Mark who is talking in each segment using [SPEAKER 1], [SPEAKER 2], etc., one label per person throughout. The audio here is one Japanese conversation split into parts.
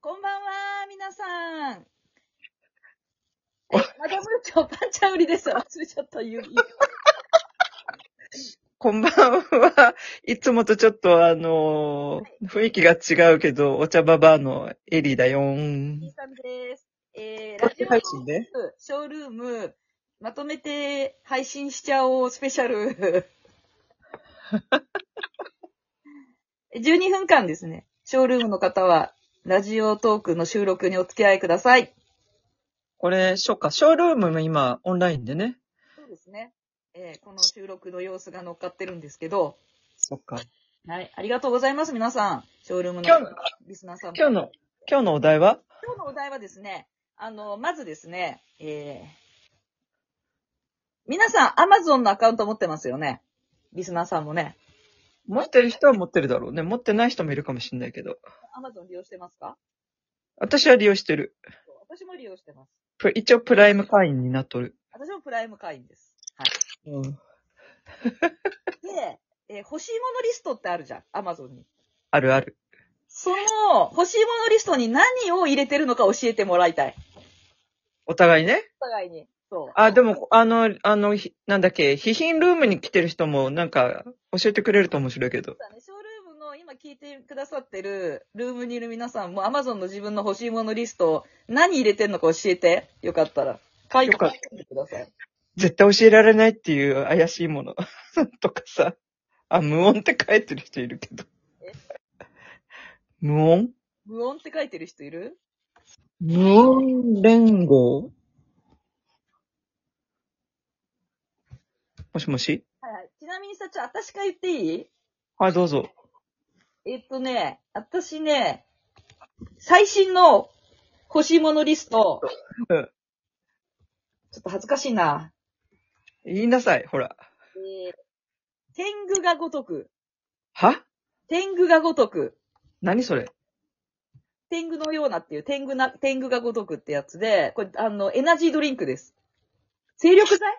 [SPEAKER 1] こんばんは、皆さん。えマダム長パンチャウリです。忘れちゃった、ゆい。
[SPEAKER 2] こんばんは。いつもとちょっとあのー雰囲気が違うけど、お茶ババアのエリーだよーん
[SPEAKER 1] ゆい。さんです。えー、ラ
[SPEAKER 2] ラジ
[SPEAKER 1] ジ
[SPEAKER 2] オ
[SPEAKER 1] オ
[SPEAKER 2] 配信で
[SPEAKER 1] ショールーム、まとめて配信しちゃおう、スペシャル。12分間ですね。ショールームの方は、ラジオトークの収録にお付き合いください。
[SPEAKER 2] これ、ショか、ショールームも今、オンラインでね。
[SPEAKER 1] そうですね。えーこの収録の様子が乗っかってるんですけど、
[SPEAKER 2] そっか。
[SPEAKER 1] はい。ありがとうございます、皆さん。ショールームの
[SPEAKER 2] 今日の
[SPEAKER 1] リスナーさんも
[SPEAKER 2] 今日の、今日のお題は
[SPEAKER 1] 今日のお題はですね、あの、まずですね、えー、皆さん Amazon のアカウント持ってますよね。リスナーさんもね。
[SPEAKER 2] 持ってる人は持ってるだろうね。持ってない人もいるかもしれないけど。
[SPEAKER 1] Amazon 利用してますか
[SPEAKER 2] 私は利用してる。
[SPEAKER 1] 私も利用してます。
[SPEAKER 2] プ一応プライム会員になっとる。
[SPEAKER 1] 私もプライム会員です。はい。
[SPEAKER 2] うん。
[SPEAKER 1] で、えー欲しいものリストってあるじゃん。Amazon に。
[SPEAKER 2] あるある。
[SPEAKER 1] その、欲しいものリストに何を入れてるのか教えてもらいたい。
[SPEAKER 2] お互いね。
[SPEAKER 1] お互いに。そう。
[SPEAKER 2] あ、でも、あの、あの、ひなんだっけ、批品ルームに来てる人も、なんか、教えてくれると面白いけ
[SPEAKER 1] そ
[SPEAKER 2] ど。
[SPEAKER 1] うだね、ショールームの今聞いてくださってるルームにいる皆さんも Amazon の自分の欲しいものリストを何入れてんのか教えて、よかったら。書いて
[SPEAKER 2] よかっ
[SPEAKER 1] ください。
[SPEAKER 2] 絶対教えられないっていう怪しいもの とかさ。あ、無音って書いてる人いるけど
[SPEAKER 1] え。
[SPEAKER 2] 無音
[SPEAKER 1] 無音って書いてる人いる
[SPEAKER 2] 無音連合もしもし
[SPEAKER 1] はいはい。ちなみにさ、ちょ、私から言っていい
[SPEAKER 2] はい、どうぞ。
[SPEAKER 1] えっとね、私ね、最新の欲しいものリスト。
[SPEAKER 2] うん
[SPEAKER 1] ちょっと恥ずかしいな。
[SPEAKER 2] 言いなさい、ほら。
[SPEAKER 1] えー、天狗がごとく。
[SPEAKER 2] は
[SPEAKER 1] 天狗がごとく。
[SPEAKER 2] 何それ
[SPEAKER 1] 天狗のようなっていう、天狗な、天狗がごとくってやつで、これ、あの、エナジードリンクです。精力剤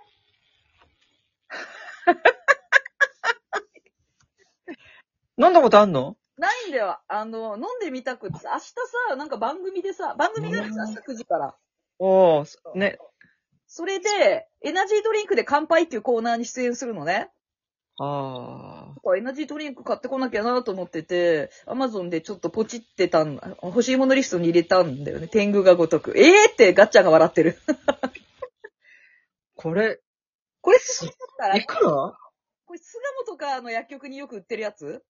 [SPEAKER 2] 飲んだことあんの
[SPEAKER 1] ないんだよ。あの、飲んでみたくって、明日さ、なんか番組でさ、番組があるんです
[SPEAKER 2] うん
[SPEAKER 1] 明日9時から。
[SPEAKER 2] おー、ね。
[SPEAKER 1] それで、エナジードリンクで乾杯っていうコーナーに出演するのね。
[SPEAKER 2] あ
[SPEAKER 1] なんかエナジードリンク買ってこなきゃなと思ってて、アマゾンでちょっとポチってたん、欲しいものリストに入れたんだよね。天狗がごとく。えーってガッチャンが笑ってる。
[SPEAKER 2] ー。これ、
[SPEAKER 1] これすごかった
[SPEAKER 2] い
[SPEAKER 1] ら、
[SPEAKER 2] くら
[SPEAKER 1] これ巣鴨とかの薬局によく売ってるやつ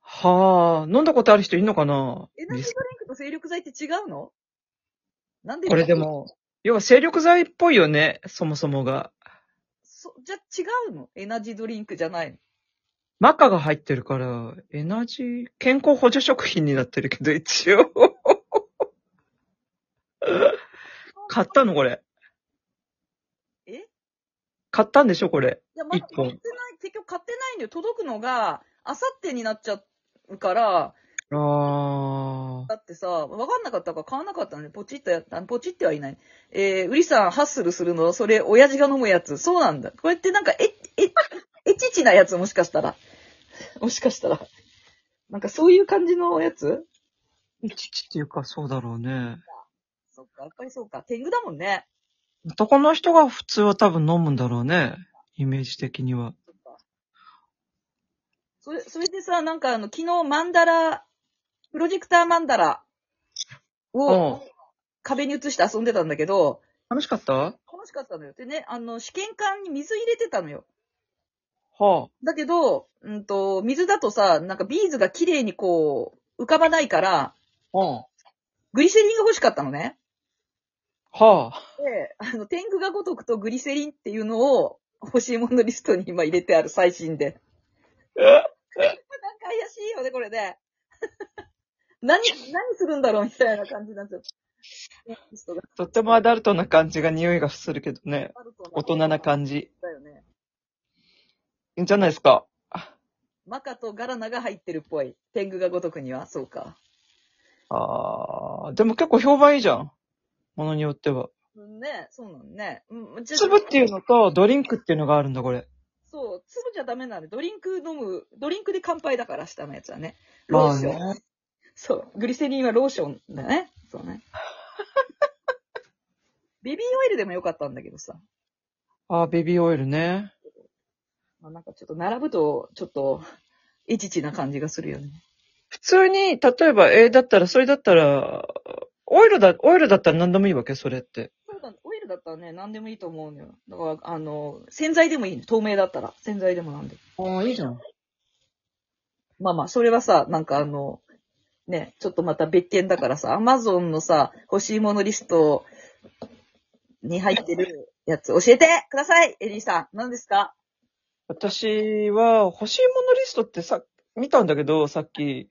[SPEAKER 2] はあ、飲んだことある人いんのかな
[SPEAKER 1] エナジードリンクと精力剤って違うのなんで
[SPEAKER 2] これで。も、要は精力剤っぽいよね、そもそもが。
[SPEAKER 1] そじゃ、違うのエナジードリンクじゃないの。
[SPEAKER 2] マカが入ってるから、エナジー、健康補助食品になってるけど、一応。買ったのこれ。
[SPEAKER 1] えい
[SPEAKER 2] 買ったんでしょこれ。
[SPEAKER 1] や、まだ
[SPEAKER 2] 一
[SPEAKER 1] 買
[SPEAKER 2] 本
[SPEAKER 1] ってない、結局買ってないんだよ。届くのが、あさってになっちゃうから、
[SPEAKER 2] あ
[SPEAKER 1] だってさ、わかんなかったから買わなかったので、ポチッとやった、ポチってはいない。えー、ウリさんハッスルするの、それ、親父が飲むやつ。そうなんだ。これってなんか、え、え、えちちなやつ、もしかしたら。もしかしたら。なんかそういう感じのやつ
[SPEAKER 2] ー。父っていうか、そうだろうね。
[SPEAKER 1] そっか、やっぱりそうか。天狗だもんね。
[SPEAKER 2] 男の人が普通は多分飲むんだろうね。イメージ的には。
[SPEAKER 1] それ、それでさ、なんかあの、昨日マンダラ、プロジェクターマンダラ
[SPEAKER 2] うん
[SPEAKER 1] を。壁に映して遊んでたんだけど、
[SPEAKER 2] 楽しかったは
[SPEAKER 1] 楽しかったのよ。でね、あの、試験管に水入れてたのよ。
[SPEAKER 2] あ。
[SPEAKER 1] だけど、うんと、水だとさ、なんかビーズが綺麗にこう、浮かばないから、
[SPEAKER 2] は
[SPEAKER 1] グリセリンが欲しかったのね。
[SPEAKER 2] あ。はあ。
[SPEAKER 1] で、あの、天狗がごとくとグリセリンっていうのを欲しいものリストに今入れてある最新で。なんか怪しいよね、これね。 何、何するんだろうみたいな感じなんですよ。ねリストが
[SPEAKER 2] とってもアダルトな感じが匂いがするけどね。
[SPEAKER 1] あると
[SPEAKER 2] 大人な感じ。
[SPEAKER 1] だよね。
[SPEAKER 2] いいんじゃないですか。
[SPEAKER 1] マカとガラナが入ってるっぽい。天狗がごとくには。そうか。
[SPEAKER 2] ああ、でも結構評判いいじゃん。ものによっては。
[SPEAKER 1] うんね、そうなんね。うん、じゃ
[SPEAKER 2] 粒っていうのとドリンクっていうのがあるんだ、これ。
[SPEAKER 1] そう、粒じゃダメなんで、ドリンク飲む、ドリンクで乾杯だから、下のやつはね。ロ
[SPEAKER 2] ま
[SPEAKER 1] ー
[SPEAKER 2] あ
[SPEAKER 1] ション。
[SPEAKER 2] ね。
[SPEAKER 1] そう。グリセリンはローションだね。そう ね。ベビーオイルでもよかったんだけどさ。
[SPEAKER 2] あ、ベビーオイルね。
[SPEAKER 1] まあ、なんかちょっと並ぶと、ちょっと、エチチな感じがするよね。
[SPEAKER 2] 普通に、例えば、えーだったら、それだったら、オイルだ、オイルだったら何でもいいわけそれって。
[SPEAKER 1] そうだオイルだったらね、何でもいいと思うのよ。だから、あの、洗剤でもいいの。透明だったら。洗剤でもなんでも。
[SPEAKER 2] ああ、いいじゃん。
[SPEAKER 1] まあまあ、それはさ、なんかあの、ね、ちょっとまた別件だからさ、アマゾンのさ、欲しいものリストに入ってるやつ、教えてくださいエリーさん。何ですか
[SPEAKER 2] 私は、欲しいものリストってさ、見たんだけど、さっき。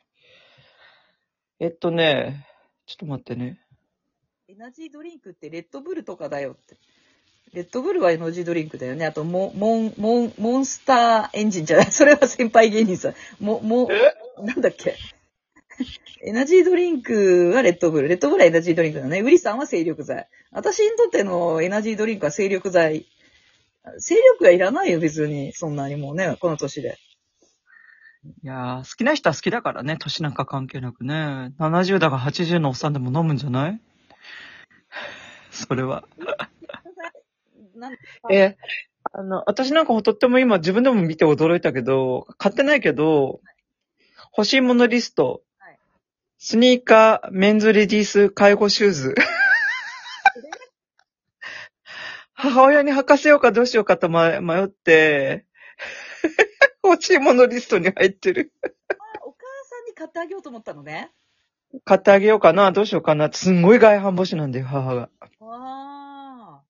[SPEAKER 2] えっとね、ちょっと待ってね。
[SPEAKER 1] エナジードリンクってレッドブルとかだよって。レッドブルはエナジードリンクだよね。あと、モン、モン、モン、モンスターエンジンじゃない。そ れは先輩芸人さん。も、も、なんだっけ。エナジードリンクはレッドブル。レッドブルはエナジードリンクだね。ウリさんは精力剤。私にとってのエナジードリンクは精力剤。精力はいらないよ、別に。そんなにもうね、この年で。
[SPEAKER 2] いやー、好きな人は好きだからね、年なんか関係なくね。70だが80のおっさんでも飲むんじゃない それは。
[SPEAKER 1] なん
[SPEAKER 2] え、あの、私なんかとっても今自分でも見て驚いたけど、買ってないけど、欲しいものリスト
[SPEAKER 1] はい、
[SPEAKER 2] スニーカー、メンズレディース、介護シューズ。 母親に履かせようかどうしようかと迷迷って、 欲しいものリストに入ってる。
[SPEAKER 1] お母さんに買ってあげようと思ったのね。
[SPEAKER 2] 買ってあげようかな、どうしようかなって、すんごい外反母趾なんだよ、母が。
[SPEAKER 1] わ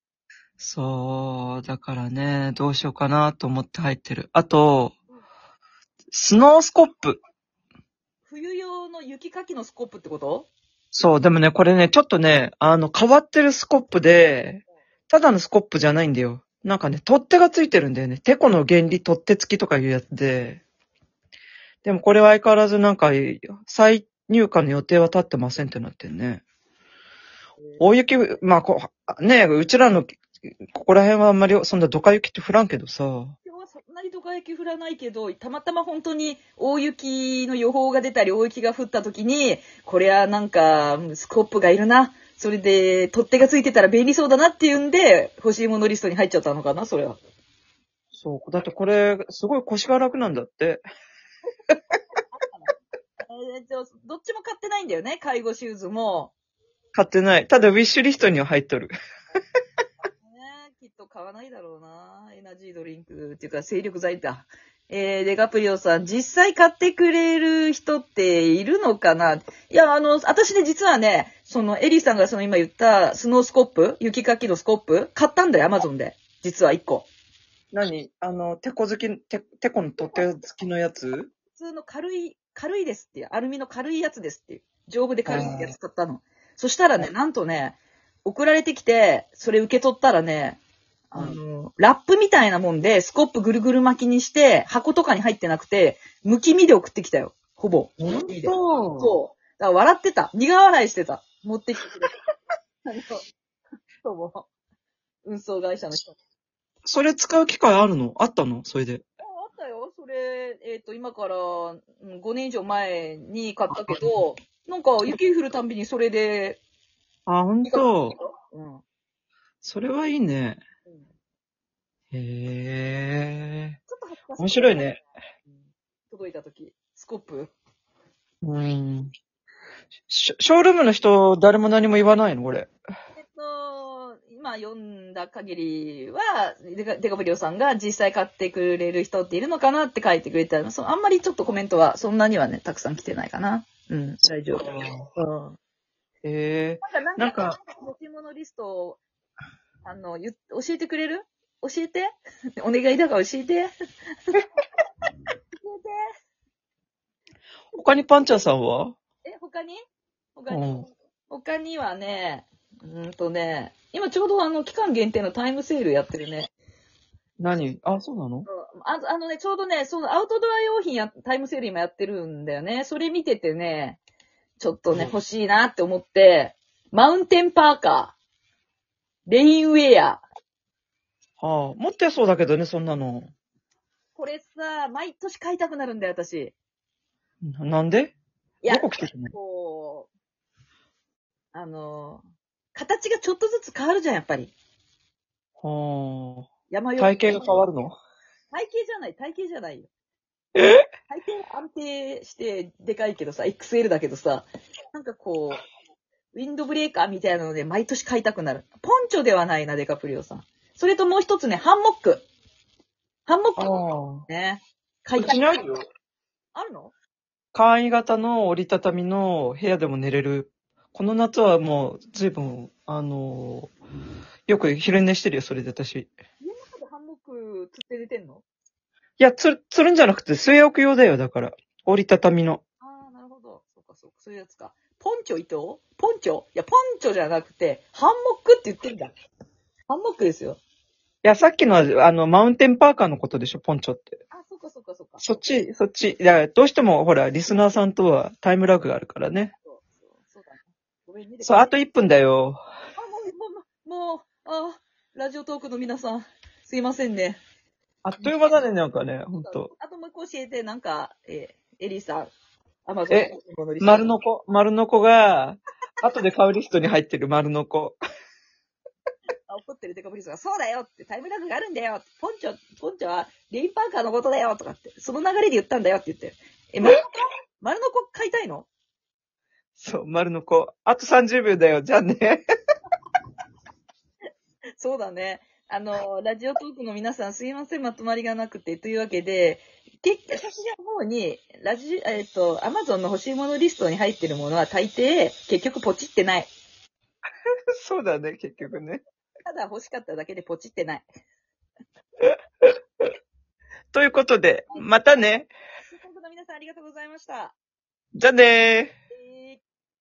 [SPEAKER 2] そう、だからね、どうしようかなと思って入ってる。あと、スノースコップ。
[SPEAKER 1] ー。冬用の雪かきのスコップってこと
[SPEAKER 2] そう、でもね、これね、ちょっとね、あの、変わってるスコップで、ただのスコップじゃないんだよ。なんかね、取っ手がついてるんだよね。テコの原理取っ手付きとかいうやつで。でもこれは相変わらずなんか、再入荷の予定は立ってませんってなってんね。大雪、まあこう、ね、うちらの、ここら辺はあんまり、そんなドカ雪って降らんけどさ。
[SPEAKER 1] 今日はそんなにドカ雪降らないけど、たまたま本当に大雪の予報が出たり、大雪が降った時に、これはなんか、スコップがいるな。それで、取っ手がついてたら便利そうだなっていうんで、欲しいものリストに入っちゃったのかな、それは。
[SPEAKER 2] そう、だってこれ、すごい腰が楽なんだって。
[SPEAKER 1] えー、じゃあどっちも買ってないんだよね、介護シューズも。
[SPEAKER 2] 買ってない。ただウィッシュリストには入っとる。
[SPEAKER 1] ねきっと買わないだろうな。エナジードリンクっていうか、精力剤だ。えー、デカプリオさん、実際買ってくれる人っているのかないや、あの、私ね、実はね、その、エリーさんがその今言った、スノースコップ雪かきのスコップ買ったんだよ、アマゾンで。実は1個。
[SPEAKER 2] 何あの、テコ好き、テテコの取っ手付きのやつ
[SPEAKER 1] 普通の軽い、軽いですっていう、アルミの軽いやつですっていう、丈夫で軽いやつ買ったの。そしたらね、なんとね、送られてきて、それ受け取ったらね、あの、ラップみたいなもんで、スコップぐるぐる巻きにして、箱とかに入ってなくて、むき身で送ってきたよ。ほぼ。
[SPEAKER 2] 本
[SPEAKER 1] いいね
[SPEAKER 2] 当
[SPEAKER 1] そう。だから笑ってた。苦笑いしてた。持ってきてくれ た。あの、そうも、運送会社の人。
[SPEAKER 2] それ使う機会あるのあったのそれで。
[SPEAKER 1] ああったよ。それ、えっ、と、今からうん5年以上前に買ったけど、なんか雪降るたんびにそれで。
[SPEAKER 2] あ、本当
[SPEAKER 1] うん。
[SPEAKER 2] それはいいね。
[SPEAKER 1] ちょっ
[SPEAKER 2] へえ。
[SPEAKER 1] と恥ずかしい。
[SPEAKER 2] 面白いね。
[SPEAKER 1] うん。届いたとき。スコップ。
[SPEAKER 2] うん。ショショールームの人、誰も何も言わないのこれ。
[SPEAKER 1] えっと、今読んだ限りは、デカデカブリオさんが実際買ってくれる人っているのかなって書いてくれたの。そうあんまりちょっとコメントは、そんなにはね、たくさん来てないかな。うん、大丈夫。うん。
[SPEAKER 2] へえ。
[SPEAKER 1] なんか、な
[SPEAKER 2] なんん
[SPEAKER 1] か
[SPEAKER 2] か、
[SPEAKER 1] 持ち物リストを、あの、ゆ教えてくれる教えて お願いだから教えて。教えて。
[SPEAKER 2] 他にパンチャーさんは
[SPEAKER 1] え、他に他
[SPEAKER 2] う
[SPEAKER 1] に、
[SPEAKER 2] ん。
[SPEAKER 1] 他にはね、うーんとね、今ちょうどあの、期間限定のタイムセールやってるね。
[SPEAKER 2] 何あ、そうなの
[SPEAKER 1] ああのね、ちょうどね、そのアウトドア用品や、タイムセール今やってるんだよね。それ見ててね、ちょっとね、
[SPEAKER 2] うん
[SPEAKER 1] 欲しいなって思って、マウンテンパーカー、レインウェア、
[SPEAKER 2] ああ、持ってそうだけどね、そんなの。
[SPEAKER 1] これさ、毎年買いたくなるんだよ、私。
[SPEAKER 2] ななんで
[SPEAKER 1] いや
[SPEAKER 2] どこ来てたの
[SPEAKER 1] こう、あの、形がちょっとずつ変わるじゃん、やっぱり。
[SPEAKER 2] は
[SPEAKER 1] 山
[SPEAKER 2] あ。
[SPEAKER 1] よ
[SPEAKER 2] 体型が変わるの
[SPEAKER 1] 体型じゃない、体型じゃないよ。
[SPEAKER 2] え
[SPEAKER 1] 体型は安定してでかいけどさ、XL だけどさ、なんかこう、ウィンドブレーカーみたいなので毎年買いたくなる。ポンチョではないな、デカプリオさん。それともう一つね、ハンモック。ハンモック
[SPEAKER 2] あ
[SPEAKER 1] ね。買い
[SPEAKER 2] あ。
[SPEAKER 1] たい
[SPEAKER 2] しないよ。
[SPEAKER 1] あるの
[SPEAKER 2] 簡易型の折りたたみの部屋でも寝れる。この夏はもう、ずいぶん、あのーよく昼寝してるよ、それで私。
[SPEAKER 1] 家の中でハンモック釣って寝てんの
[SPEAKER 2] いや、つ、つるんじゃなくて、据え置く用だよ、だから。折りたたみの。
[SPEAKER 1] ああ、なるほど。そうか、そうか、そういうやつか。ポンチョ伊藤ポンチョいや、ポンチョじゃなくて、ハンモックって言ってんだ。ハンモックですよ。
[SPEAKER 2] いや、さっきのは、あの、マウンテンパーカーのことでしょ、ポンチョって。
[SPEAKER 1] あ、そうか、そうか、そうか。
[SPEAKER 2] そっち、そっち。いや、どうしても、ほら、リスナーさんとはタイムラグがあるからね。
[SPEAKER 1] そう、そう、そうだね。ごめんね。
[SPEAKER 2] そう、あと1分だよ。
[SPEAKER 1] あ、もう、もう、もう、あ、ラジオトークの皆さん、すいませんね。
[SPEAKER 2] あっという間だね、なんかね、ほんと。
[SPEAKER 1] あともう一個教えて、なんか、えーエリーさん、アマゾン
[SPEAKER 2] え丸の子、丸の子が、後で買うリストに入ってる丸の子。
[SPEAKER 1] あ怒ってるデカブリスが、そうだよって、タイムラグがあるんだよポンチョ、ポンチョはレインパーカーのことだよとかって、その流れで言ったんだよって言って。え、丸の子丸の子買いたいの
[SPEAKER 2] そう、丸の子。あと30秒だよ、じゃあね。
[SPEAKER 1] そうだね。あの、ラジオトークの皆さんすいません、まとまりがなくて。というわけで、結局、私の方に、ラジ、えっと、アマゾンの欲しいものリストに入ってるものは大抵、結局ポチってない。
[SPEAKER 2] そうだね、結局ね。
[SPEAKER 1] ただ欲しかっただけでポチってない。
[SPEAKER 2] ということで、またね。
[SPEAKER 1] ラジオトークの皆さんありがとうございました。
[SPEAKER 2] じゃあねー。